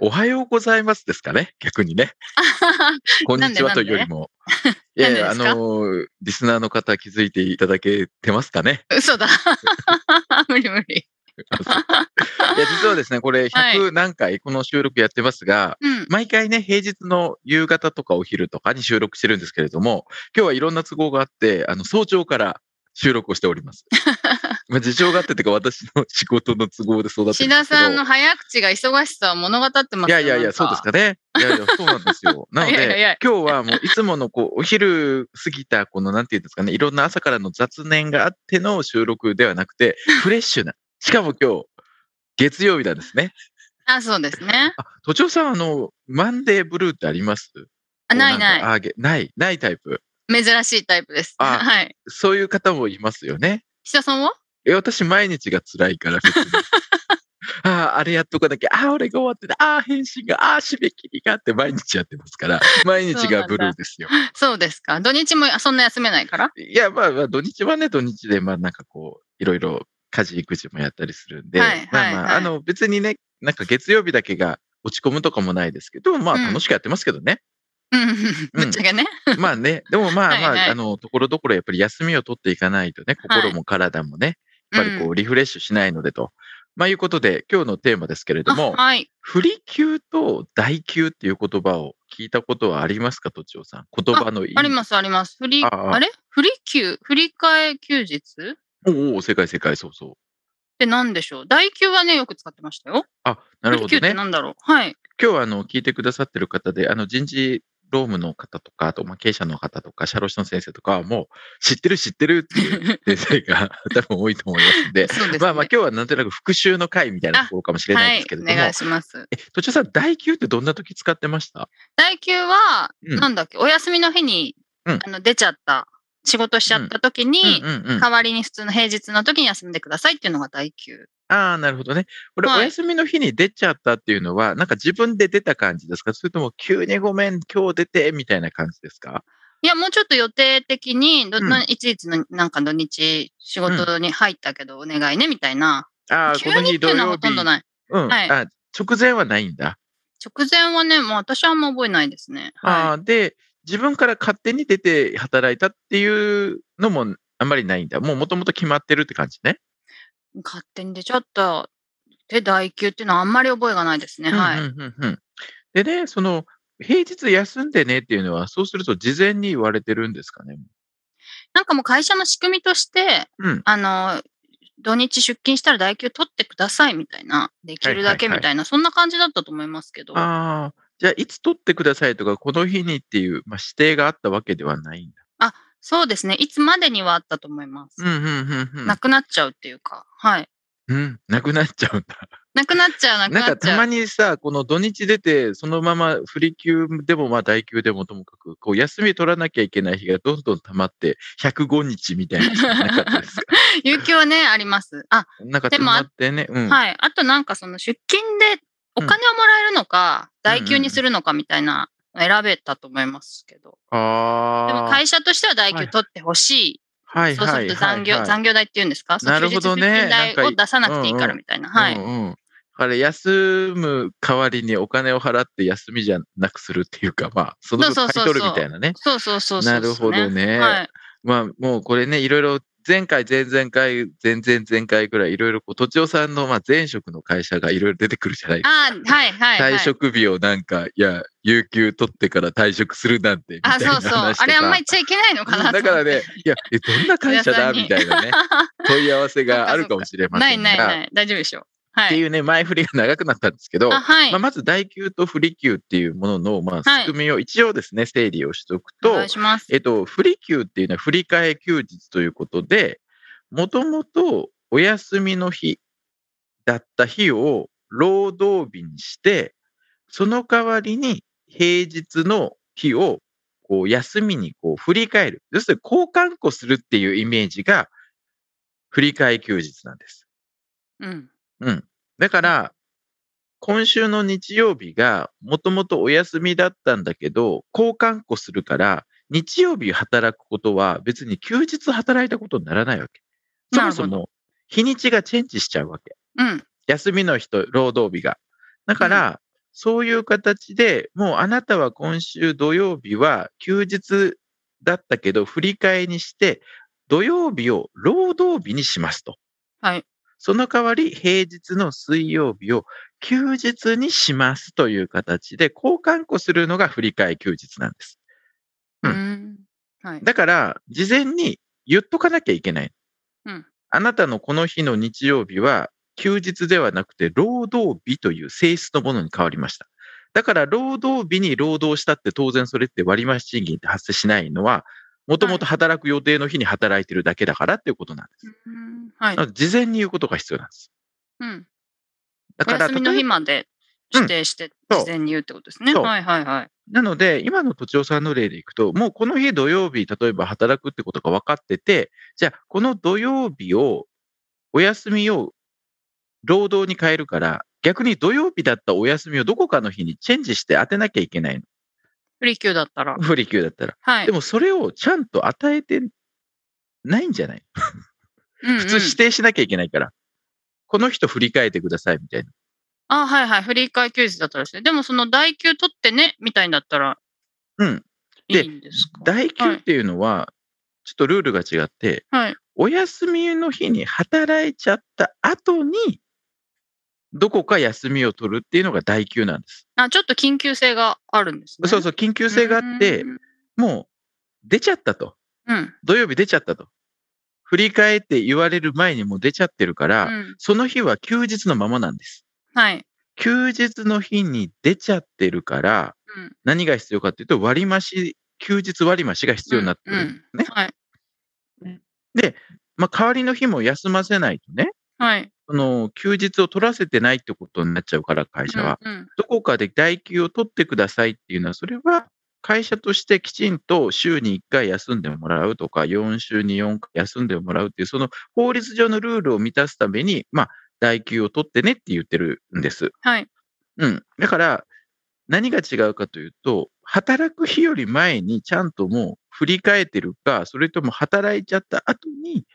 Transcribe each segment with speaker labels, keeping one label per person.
Speaker 1: おはようございますですかね逆にね。こんにちは
Speaker 2: なんで
Speaker 1: というよりも。い
Speaker 2: な
Speaker 1: や
Speaker 2: ん
Speaker 1: い
Speaker 2: で
Speaker 1: や、
Speaker 2: なんでですか
Speaker 1: あの、リスナーの方気づいていただけてますかね
Speaker 2: 嘘 だ無理無理
Speaker 1: いや、実はですね、これ
Speaker 2: はい
Speaker 1: 100何回この収録やってますが、
Speaker 2: うん
Speaker 1: 毎回ね、平日の夕方とかお昼とかに収録してるんですけれども、今日はいろんな都合があって、あの、早朝から収録をしてお ります。まあ事情があってというか、私の仕事の都合でそうだってる
Speaker 3: 志
Speaker 1: んで
Speaker 3: 田
Speaker 1: すけど
Speaker 3: さんの早口が忙しさを物語ってます
Speaker 1: い
Speaker 3: よ
Speaker 1: やいやいや、そうです。かね。いやいや、そうなんです よ。なの
Speaker 3: いやいやい
Speaker 1: で
Speaker 3: や、
Speaker 1: 今日はもういつものこう、お昼過ぎた、この、なんていうんですかね、いろんな朝からの雑念があっての収録ではなく て、フレッシュな。しかも今日、月曜日なんですね。
Speaker 3: なんかあ、そうですね。
Speaker 1: あ、都庁さん、あの、マンデーブルーってあります
Speaker 3: あない
Speaker 1: こう
Speaker 3: なん
Speaker 1: かあげない、ないタイプ。
Speaker 3: い。珍しいタイプです。
Speaker 1: あ
Speaker 3: はい。
Speaker 1: そういう方もいますよね。
Speaker 3: 志田さんは
Speaker 1: え、私、毎日が辛いから、別 にああ、あれやっとかなきゃ、ああ、俺が終わってた、ああ、返信が、ああ、締め切りがあって、毎日やってます から、毎日がブルーですよ。
Speaker 3: そうですか。土日もそんな休めないから
Speaker 1: いや、まあ、まあ、土日はね、土日で、まあ、なんかこう、いろいろ家事、育児もやったりするんで、
Speaker 3: はい
Speaker 1: まあ
Speaker 3: はい
Speaker 1: ま
Speaker 3: は
Speaker 1: あ、
Speaker 3: い
Speaker 1: あの、別にね、なんか月曜日だけが落ち込むとかもないですけど、まあ、
Speaker 3: うん
Speaker 1: 楽しくやってますけどね。
Speaker 3: うん。ぶっちゃけね。
Speaker 1: まあね、でもまあまあ、
Speaker 3: はいはい
Speaker 1: あの、ところどころやっぱり休みを取っていかないとね、心も体もね、やっぱりこ
Speaker 3: うん
Speaker 1: う、リフレッシュしないのでと。まあ、いうことで、今日のテーマですけれども
Speaker 3: あ、はい。
Speaker 1: 不利休と大休っていう言葉を聞いたことはありますか、とちおさん。言葉の意味。
Speaker 3: あります、あります。振り、
Speaker 1: ああ
Speaker 3: あれ振り休、振り替え休日っ
Speaker 1: おうおう、世界、世界、そうそう。
Speaker 3: て何でしょう大休はね、よく使ってましたよ。
Speaker 1: あ、なるほ
Speaker 3: 振り休
Speaker 1: ど
Speaker 3: っ
Speaker 1: ね。
Speaker 3: て何だろうはい。
Speaker 1: 今日はあの聞いてくださってる方で、あの人事労務の方とか、あとまあ経営者の方とか、社労士の先生とかはもう知ってる知ってるっていう先生が 多分多いと思いますんで、
Speaker 3: そうですね。
Speaker 1: まあまあ今日はなんとなく復習の会みたいなところかもしれない
Speaker 3: は
Speaker 1: で
Speaker 3: い
Speaker 1: すけれ。
Speaker 3: お
Speaker 1: ども、
Speaker 3: 願いします。
Speaker 1: え、途中さん、代休ってどんな時使ってました
Speaker 3: 大休は、
Speaker 1: うん
Speaker 3: なんだっけ、お休みの日に、
Speaker 1: うん
Speaker 3: あの出ちゃった、仕事しちゃった時に、
Speaker 1: うんうんうん。あ
Speaker 3: 代わりに普通の平日の時に休んでくださいっていうのが第休。
Speaker 1: あー、なるほどね。これ、
Speaker 3: はい
Speaker 1: お休みの日に出ちゃったっていうのは、なんか自分で出た感じですかそれとも急にごめん、今日出て、みたいな感じですか
Speaker 3: いや、もうちょっと予定的に、ど
Speaker 1: うん
Speaker 3: のいちいちのなんか土日仕事に入ったけどお願いねみたいな。
Speaker 1: ああ、
Speaker 3: 急
Speaker 1: この
Speaker 3: に
Speaker 1: 日
Speaker 3: って
Speaker 1: 土
Speaker 3: いうの
Speaker 1: 曜
Speaker 3: はほと
Speaker 1: 日。
Speaker 3: んどない。
Speaker 1: うん、
Speaker 3: はい
Speaker 1: あ。直前はないんだ。
Speaker 3: 直前はね、もう私はあんま覚えないですね。
Speaker 1: あ
Speaker 3: は
Speaker 1: あで、自分から勝手に出て働いたっていうのもあんまりないんだ。もうもともと決まってるって感じね。
Speaker 3: い、勝手に出ちゃった。で、第休っていうのはあんまり覚えがないですね。はい。
Speaker 1: うんうんうんうんでね、その、平日休んでねっていうのは、そうすると事前に言われてるんですかね。
Speaker 3: なんかもう会社の仕組みとして、
Speaker 1: うん
Speaker 3: あの、土日出勤したら代休取ってくださいみたいな、できるだけみたいな、そんな感じだったと思いますけど。
Speaker 1: ああ、じゃあいつ取ってくださいとか、この日にっていう、まあ、指定があったわけではないんだ。
Speaker 3: そうですね。いつまでにはあったと思います。
Speaker 1: うんうんうんうん
Speaker 3: なくなっちゃうっていうか、はい。
Speaker 1: うん。なくなっちゃうんだ。
Speaker 3: なくなっちゃう、なく
Speaker 1: なん
Speaker 3: な
Speaker 1: か
Speaker 3: っちゃ
Speaker 1: た
Speaker 3: う。
Speaker 1: まにさ、この土日出て、そのまま振り休でも、まあ、代休でもともかく、こう、休み取らなきゃいけない日がどんどん溜まって、105日みたいな日がなかったですか
Speaker 3: 有給はね、あります。あ、
Speaker 1: なんか
Speaker 3: で
Speaker 1: 溜
Speaker 3: も
Speaker 1: ま
Speaker 3: あ
Speaker 1: ってね、うん。
Speaker 3: はい。あとなんかその出勤でお金をもらえるのか、
Speaker 1: うん
Speaker 3: 代休にするのかみたいなの選べたと思いますけど。でも
Speaker 1: ああ。
Speaker 3: 会社としては代
Speaker 1: はい
Speaker 3: 休取ってほし。
Speaker 1: はいい
Speaker 3: そうす
Speaker 1: はい
Speaker 3: る
Speaker 1: は
Speaker 3: と
Speaker 1: い
Speaker 3: 残業、
Speaker 1: はい
Speaker 3: 残業代っていうんですかその
Speaker 1: なるほどね
Speaker 3: 休日出勤代
Speaker 1: なんか
Speaker 3: を出さなくていいからみたいな。はい。
Speaker 1: うんうんだから休む代わりにお金を払って休みじゃなくするっていうか、まあ、その分
Speaker 3: そう
Speaker 1: 買
Speaker 3: そう
Speaker 1: い
Speaker 3: そうそう
Speaker 1: 取るみたいなね。
Speaker 3: そうそうそうそう
Speaker 1: なるほど
Speaker 3: ね。
Speaker 1: ね。
Speaker 3: はい。
Speaker 1: まあもうこれね、いろいろ前回、前々回、前々前回ぐらいいろいろこう、とちおさんのまあ前職の会社がいろいろ出てくるじゃないですか。
Speaker 3: あー、はいはい、はい。
Speaker 1: 退職日をなんか、いや、有給取ってから退職するなんて、みた
Speaker 3: あ、
Speaker 1: いな話
Speaker 3: そ
Speaker 1: と
Speaker 3: う
Speaker 1: か。
Speaker 3: そう。あれあんま言っちゃいけないのかなと思
Speaker 1: だ
Speaker 3: って
Speaker 1: からね、いや、えどんな会社だ
Speaker 3: 皆さんに
Speaker 1: みたいなね、問い合わせがあるかもしれま
Speaker 3: な
Speaker 1: せ
Speaker 3: い
Speaker 1: ん
Speaker 3: ない
Speaker 1: が、
Speaker 3: な
Speaker 1: っ
Speaker 3: い。大丈夫でしょう。は
Speaker 1: て
Speaker 3: い。
Speaker 1: いうね、前振りが長くなったんですけど、
Speaker 3: あ、はい。
Speaker 1: まあ、まず、代給と不利給っていうものの、まあ、
Speaker 3: はい
Speaker 1: 仕組みを一応ですね、整理をしておく
Speaker 3: お
Speaker 1: と
Speaker 3: 願い、します。
Speaker 1: えっと、不利休っていうのは振り替え休日ということで、もともとお休みの日だった日を労働日にして、その代わりに平日の日をこう休みにこう振り返る。要するに交換庫するっていうイメージが振り替え休日なんです。
Speaker 3: うん。
Speaker 1: うん。だから、今週の日曜日がもともとお休みだったんだけど、交換庫するから、日曜日働くことは別に休日働いたことにならないわけ。そもそ
Speaker 3: なる
Speaker 1: も日にちがチェンジしちゃうわけ。
Speaker 3: うん。
Speaker 1: 休みの日と労働日が。だから、そういう形でもうあなたは今週土曜日は休日だったけど、振り替えにして、土曜日を労働日にしますと。
Speaker 3: はい。
Speaker 1: その代わり、平日の水曜日を休日にしますという形で、交換庫するのが振り替え休日なんです。う
Speaker 3: うんん。はい。
Speaker 1: だから、事前に言っとかなきゃいけない。
Speaker 3: うん
Speaker 1: あなたのこの日の日曜日は、休日ではなくて、労働日という性質のものに変わりました。だから、労働日に労働したって、当然それって割増賃金って発生しないのは、もともと働く予定の日に働いてるだけだからっていうことなんです。
Speaker 3: うんはい
Speaker 1: な。ので事前に言うことが必要なんです。
Speaker 3: うん。
Speaker 1: だ
Speaker 3: お
Speaker 1: から、
Speaker 3: 休み
Speaker 1: 例
Speaker 3: の
Speaker 1: え
Speaker 3: 日
Speaker 1: ば
Speaker 3: まで指定して、
Speaker 1: そう
Speaker 3: 事前に言うってことですね。
Speaker 1: そう
Speaker 3: はいはいはい。
Speaker 1: なので、今の都庁さんの例でいくと、もうこの日土曜日、例えば働くってことが分かってて、じゃあ、この土曜日を、お休みを労働に変えるから、逆に土曜日だったお休みをどこかの日にチェンジして当てなきゃいけない
Speaker 3: 不利休だったら
Speaker 1: の。。不利休だったら。
Speaker 3: はい
Speaker 1: で。も、それをちゃんと与えてないんじゃない
Speaker 3: 普
Speaker 1: 普通指定しなきゃいけないから。この人振り返ってくださいみたいな。
Speaker 3: あ、はいはい。振り替え休日だったらですね。でもその代休取ってね、みたいになったら。
Speaker 1: うん。
Speaker 3: い
Speaker 1: で
Speaker 3: いんですか
Speaker 1: 代休っていうのは、ちょっとルールが違って、
Speaker 3: はい。
Speaker 1: お休みの日に働いちゃった後に、どこか休みを取るっていうのが代休なんです。
Speaker 3: あ、ちょっと緊急性があるんですね。
Speaker 1: そうそう、緊急性があって
Speaker 3: う、ん
Speaker 1: もう出ちゃったと。
Speaker 3: うん。
Speaker 1: 土曜日出ちゃったと。振り返って言われる前にもう出ちゃってるか
Speaker 3: う
Speaker 1: ら、
Speaker 3: ん。
Speaker 1: その日は休日のままなんです。
Speaker 3: はい。
Speaker 1: 休日の日に出ちゃってるから、
Speaker 3: うん。
Speaker 1: 何が必要かっていうと、割増、休日割増が必要になってくる。
Speaker 3: うん
Speaker 1: ね
Speaker 3: はい。
Speaker 1: まあ、代わりの日も休ませないとね、
Speaker 3: はい。
Speaker 1: その休日を取らせてないってことになっちゃうから、会社は。
Speaker 3: うんうん
Speaker 1: どこかで代休を取ってくださいっていうのは、それは会社としてきちんと週に1回休んでもらうとか、4週に4回休んでもらうっていう、その法律上のルールを満たすために、まあ、代休を取ってねって言ってるんです。
Speaker 3: はい。
Speaker 1: うん。だから、何が違うかというと、働く日より前にちゃんともう振り返ってるか、それとも働いちゃった後に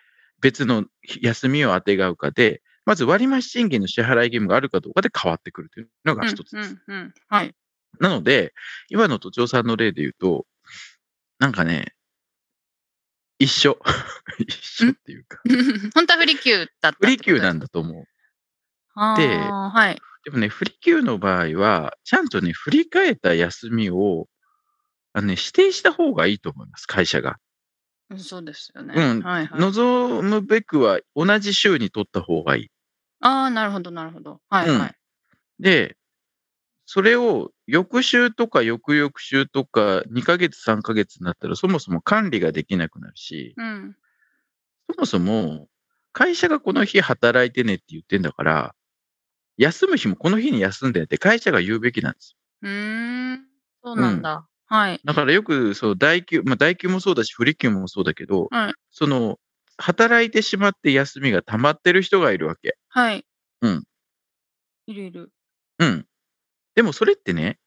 Speaker 1: 別の休みをあてがうかで、まず割増賃金の支払い義務があるかどうかで変わってくるというのが一つです。
Speaker 3: うんうんうん。はい。
Speaker 1: なので、今の都庁さんの例で言うと、なんかね、一緒。 一緒っていうか、
Speaker 3: 本当は不利休だった。
Speaker 1: 不利休なん
Speaker 3: だ。
Speaker 1: だと思う。
Speaker 3: あ
Speaker 1: で
Speaker 3: ーはい。
Speaker 1: でもね、不利休の場合は、ちゃんとね、振り替えた休みを、あのね、指定した方がいいと思います、会社が。
Speaker 3: うんそうですよね。
Speaker 1: うん
Speaker 3: はいはい。
Speaker 1: 望むべくは、同じ週に取った方がいい。
Speaker 3: ああ、なるほど、なるほど。はい
Speaker 1: うん
Speaker 3: はい。
Speaker 1: で、それを翌週とか翌々週とか2ヶ月3ヶ月になったらそもそも管理ができなくなるし、
Speaker 3: うん。
Speaker 1: そもそも、会社がこの日働いてねって言ってんだから、休む日もこの日に休んでねって会社が言うべきなんですよ。
Speaker 3: うーん。そうなんだ。はい。
Speaker 1: だからよく、その、代休、まあ、代休もそうだし、不利休もそうだけど、
Speaker 3: はい
Speaker 1: その、働いてしまって休みが溜まってる人がいるわけ。
Speaker 3: はい。
Speaker 1: うん。
Speaker 3: いるいる。
Speaker 1: うん。でもそれってね、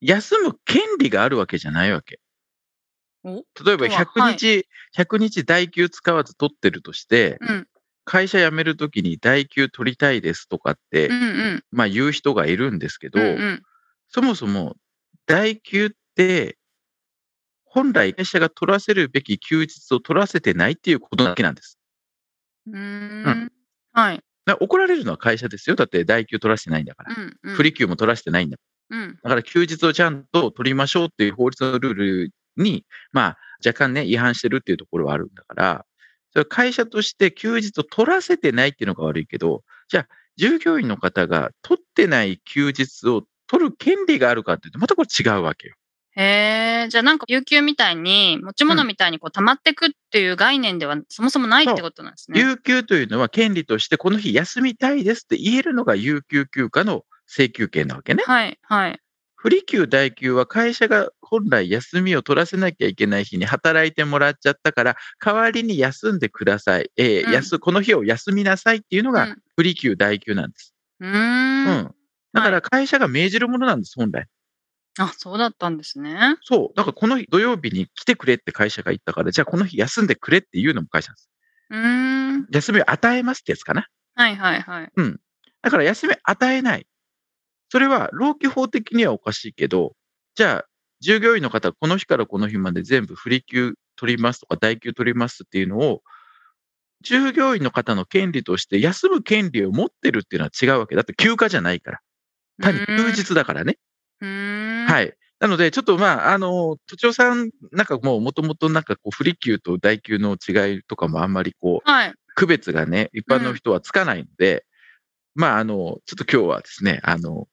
Speaker 1: 休む権利があるわけじゃないわけ。
Speaker 3: お
Speaker 1: 例えば
Speaker 3: とは
Speaker 1: 100日、100日代休使わず取ってるとして、
Speaker 3: うん。
Speaker 1: 会社辞めるときに代休取りたいですとかって、
Speaker 3: うんうん。
Speaker 1: まあ言う人がいるんですけど、
Speaker 3: うんうん
Speaker 1: そもそも代休って、本来会社が取らせるべき休日を取らせてないっていうことだけなんです。
Speaker 3: うー。
Speaker 1: うん
Speaker 3: はい。
Speaker 1: だから怒られるのは会社ですよ。だって代休取らせてないんだから。
Speaker 3: うんうん。
Speaker 1: 不利休も取らせてないんだか
Speaker 3: うん。
Speaker 1: ら。だから休日をちゃんと取りましょうっていう法律のルールに、まあ若干ね、違反してるっていうところはあるんだから、それは会社として休日を取らせてないっていうのが悪いけど、じゃあ従業員の方が取ってない休日を取る権利があるかっていうと、またこれ違うわけよ。
Speaker 3: へえ、じゃあなんか有給みたいに、持ち物みたいにこう溜まってくっていう概念ではそもそもないってことなんですね。
Speaker 1: 有給というのは権利としてこの日休みたいですって言えるのが有給休暇の請求権なわけね。
Speaker 3: はい、はい。
Speaker 1: 不利休代休は会社が本来休みを取らせなきゃいけない日に働いてもらっちゃったから、代わりに休んでください。えー
Speaker 3: うん
Speaker 1: 休この日を休みなさいっていうの
Speaker 3: う
Speaker 1: が
Speaker 3: ん
Speaker 1: 不利休代休なんです。
Speaker 3: うー。
Speaker 1: うんん。だから会社が命じるものなんです、本来。
Speaker 3: あ、そうだったんですね。
Speaker 1: そう。だからこの日土曜日に来てくれって会社が言ったから、じゃあこの日休んでくれっていうのも会社なんです。
Speaker 3: うーん。
Speaker 1: 休みを与えますってやつかな。
Speaker 3: はい、はい、はい。
Speaker 1: だから休み与えない。それは労基法的にはおかしいけど、じゃあ、従業員の方、この日からこの日まで全部不利休取りますとか、代休取りますっていうのを、従業員の方の権利として休む権利を持ってるっていうのは違うわけだ。だって休暇じゃないから。単に休日だからね。
Speaker 3: うーん。。
Speaker 1: はいい。なので、ちょっとまあ、あの、都庁さんなんかもう、もともとなんかこう、不利休と代休の違いとかもあんまりこう、
Speaker 3: はい。
Speaker 1: 区別がね、一般
Speaker 3: う
Speaker 1: の
Speaker 3: ん
Speaker 1: 人はつかないので、まあ、あの、ちょっと今日はですね、あの、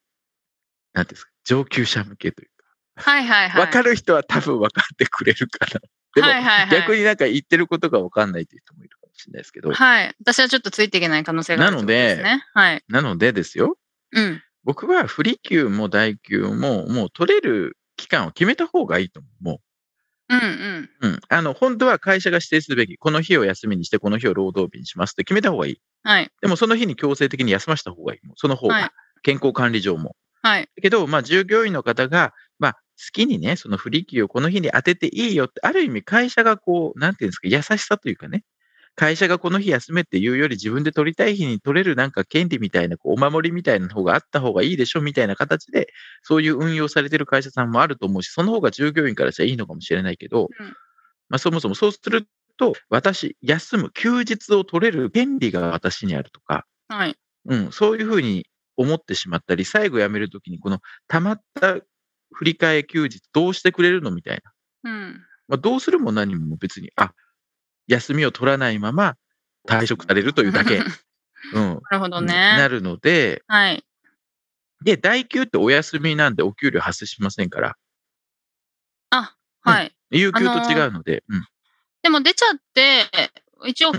Speaker 1: なんていうんですか、上級者向けという
Speaker 3: はい、はい、
Speaker 1: か、
Speaker 3: はい。
Speaker 1: わかる人は多分分かってくれるかな。でも、
Speaker 3: はいはいはい
Speaker 1: 逆になんか言ってることが分かんないという人もいるかもしれないですけど、
Speaker 3: はい。私はちょっとついていけない可能性があるってことですね。はい。
Speaker 1: なのでですよ、
Speaker 3: うん。
Speaker 1: 僕は不利休も代休も、もう取れる期間を決めた方がいいと思う。もう
Speaker 3: うんうん。
Speaker 1: うん、あの本当は会社が指定すべき、この日を休みにして、この日を労働日にしますって決めた方がいい。
Speaker 3: はい。
Speaker 1: でもその日に強制的に休ませた方がいい。もうその方が、
Speaker 3: はい
Speaker 1: 健康管理上も。
Speaker 3: はい。
Speaker 1: だけど、まあ、従業員の方が、まあ、好きにね、その不利休をこの日に当てていいよって、ある意味会社がこう、なんていうんですか、優しさというかね、会社がこの日休めっていうより自分で取りたい日に取れるなんか権利みたいな、こうお守りみたいな方があった方がいいでしょみたいな形で、そういう運用されてる会社さんもあると思うし、その方が従業員からしたらいいのかもしれないけど、
Speaker 3: うん
Speaker 1: まあ、そもそもそうすると、私、休む、休日を取れる権利が私にあるとか、
Speaker 3: はい。
Speaker 1: うん、そういうふうに思ってしまったり、最後辞めるときに、この溜まった振り替え休日、どうしてくれるのみたいな。
Speaker 3: うん。
Speaker 1: まあ、どうするも何も別に、あ、休みを取らないまま退職されるというだけ
Speaker 3: な、
Speaker 1: うん、
Speaker 3: るほど
Speaker 1: な
Speaker 3: ね。
Speaker 1: るので、
Speaker 3: はい。
Speaker 1: で、代休ってお休みなんでお給料発生しませんから、
Speaker 3: はい。
Speaker 1: 有給と違うので、うん
Speaker 3: でも出ちゃって、一応、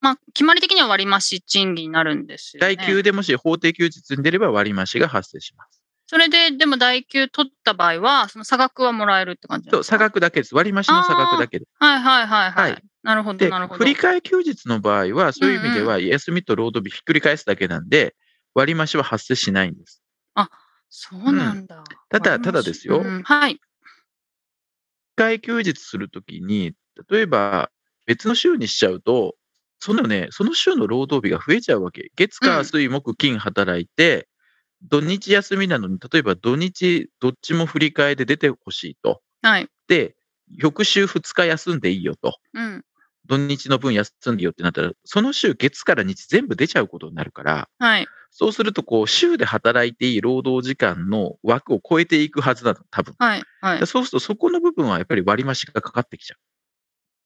Speaker 3: まあ、決まり的には割増賃金になるんですよ、ね。
Speaker 1: 代休でもし法定休日に出れば割増が発生します。
Speaker 3: それで、でも代給取った場合は、その差額はもらえるって感じなん
Speaker 1: そ
Speaker 3: で
Speaker 1: う、
Speaker 3: す
Speaker 1: 差。
Speaker 3: か
Speaker 1: 額だけです。割増の差額だけで
Speaker 3: はいはいはいはい。
Speaker 1: はい
Speaker 3: なるほど、
Speaker 1: で
Speaker 3: なるほ、ど。
Speaker 1: 振り替え休日の場合は、そういう意味では、休みと労働日ひっくり返すだけなんで、割増は発生しないんです。
Speaker 3: そうなんだ。
Speaker 1: ただ
Speaker 3: 割増
Speaker 1: ただですよ
Speaker 3: うんはい。
Speaker 1: 振り替え休日するときに、例えば別の週にしちゃうと、そのね、その週の労働日が増えちゃうわけ。月、
Speaker 3: う
Speaker 1: 火、
Speaker 3: ん
Speaker 1: 水、木、金働いて、土日休みなのに、例えば土日、どっちも振り替えで出てほしいと。
Speaker 3: はい。
Speaker 1: で、翌週2日休んでいいよと。
Speaker 3: うん。
Speaker 1: 土日の分休んでいいよってなったら、その週月から日全部出ちゃうことになるから、
Speaker 3: はい。
Speaker 1: そうすると、こう、週で働いていい労働時間の枠を超えていくはずだと、多分。
Speaker 3: はい。はい。
Speaker 1: そうすると、そこの部分はやっぱり割増がかかってきちゃ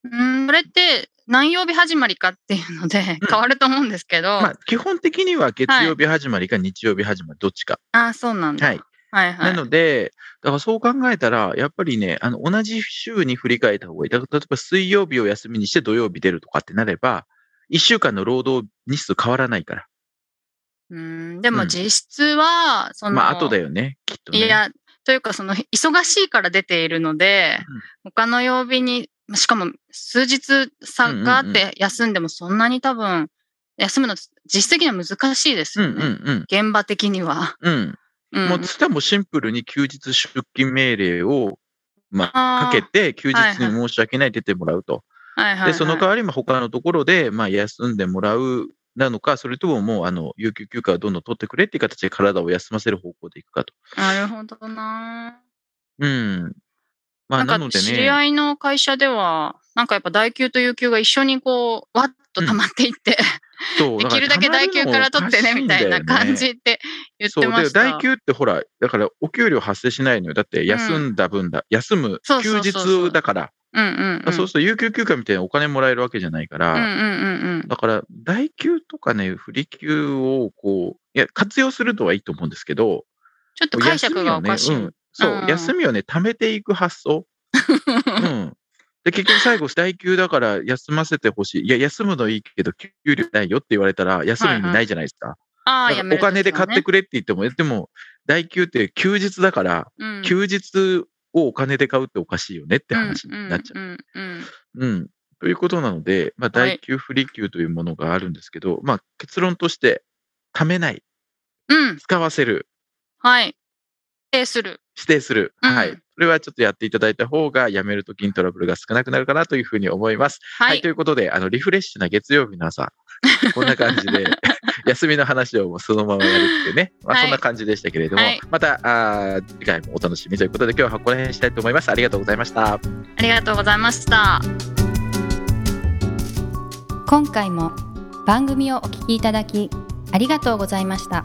Speaker 3: うん、それって何曜日始まりかっていうので
Speaker 1: うん
Speaker 3: 変わると思うんですけど、
Speaker 1: う。まあ、基本的には月曜日始まりか日曜日始まり、どっちか。
Speaker 3: ああ、そうなんだ。
Speaker 1: はい。
Speaker 3: はいは。
Speaker 1: ないので、だからそう考えたら、やっぱりね、あの、同じ週に振り替えた方がいい。だから例えば水曜日を休みにして土曜日出るとかってなれば、1週間の労働日数変わらないから。
Speaker 3: うんで
Speaker 1: う
Speaker 3: も
Speaker 1: ん
Speaker 3: 実質は、その、
Speaker 1: まあ、後だよね、きっとね。
Speaker 3: いや、というかその忙しいから出ているので、
Speaker 1: うん
Speaker 3: 他の曜日に、しかも数日差があ
Speaker 1: うん
Speaker 3: っ
Speaker 1: うん
Speaker 3: て休んでもそんなに多分、休むの実質的には難しいです
Speaker 1: うん
Speaker 3: よ
Speaker 1: う
Speaker 3: ね。
Speaker 1: ん
Speaker 3: 現場的には。
Speaker 1: うん。うん。
Speaker 3: うん
Speaker 1: もう、つたもシンプルに休日出勤命令を、ま
Speaker 3: あー
Speaker 1: あ、かけて、休日
Speaker 3: はい
Speaker 1: に
Speaker 3: は
Speaker 1: 申
Speaker 3: い
Speaker 1: し訳ない出てもらうと。
Speaker 3: はいはいはい
Speaker 1: で、その代わり、まあ他のところで、まあ、休んでもらうなのか、それとももう、あの、有給休暇をどんどん取ってくれっていう形で体を休ませる方向でいくかと。
Speaker 3: なるほどな。
Speaker 1: うん。まあ、
Speaker 3: な
Speaker 1: なんの
Speaker 3: か
Speaker 1: で
Speaker 3: 知り
Speaker 1: ね、
Speaker 3: 合いの会社では、なんかやっぱ代給と有給が一緒にこう、わっと溜まっていって、
Speaker 1: そう、
Speaker 3: できるだけ
Speaker 1: ら
Speaker 3: 代給から取ってね、みたいな感。じって言ってま
Speaker 1: そ
Speaker 3: し
Speaker 1: う、で、
Speaker 3: た
Speaker 1: 代。給ってほら、だからお給料発生しないのよ。だって、休んだ分だ、休む、
Speaker 3: そうそ
Speaker 1: 休
Speaker 3: うそうそう
Speaker 1: 日だから、
Speaker 3: うんうんうん。
Speaker 1: そうすると有給休暇みたいなお金もらえるわけじゃないから、
Speaker 3: うんうんうんうん。
Speaker 1: だから、代給とかね、振り給をこう、いや、活用するとはいいと思うんですけど、
Speaker 3: ちょっと解釈がおかし
Speaker 1: 休
Speaker 3: い。
Speaker 1: みをね うんそう、
Speaker 3: うん
Speaker 1: 休みをね、貯めていく発想。うん。で、結局最後、代給だから休ませてほしい。いや、休むのいいけど、給料ないよって言われたら、休む意味ないじゃないですか。
Speaker 3: ああ、
Speaker 1: だか
Speaker 3: やめ
Speaker 1: ら
Speaker 3: る
Speaker 1: お金で買って
Speaker 3: く、
Speaker 1: くれって言っても、えでも、代給って休日だから、
Speaker 3: うん、っ
Speaker 1: 休日をお金で買うっておかしいよねって話になっちゃう。
Speaker 3: うんうん
Speaker 1: う
Speaker 3: うん
Speaker 1: ん。ということなので、まあ、
Speaker 3: はい
Speaker 1: 代給、不利給というものがあるんですけど、まあ、結論として、貯めない、
Speaker 3: うん、うん
Speaker 1: 使わせる、
Speaker 3: はい。えする。
Speaker 1: 指定する。
Speaker 3: うん
Speaker 1: はい。それはちょっとやっていただいた方が、辞めるときにトラブルが少なくなるかなというふうに思います。
Speaker 3: は
Speaker 1: はい、
Speaker 3: い
Speaker 1: と。いうことで、あの、リフレッシュな月曜日の朝、 こんな感じで、 休みの話をもうそのままやるっていうね、まあ、
Speaker 3: はい
Speaker 1: そんな感じでしたけれども、
Speaker 3: はい
Speaker 1: またあー次回もお楽しみということで、今日はこの辺にしたいと思います。ありがとうございました。
Speaker 3: ありがとうございました。
Speaker 2: 今回も番組をお聞きいただきありがとうございました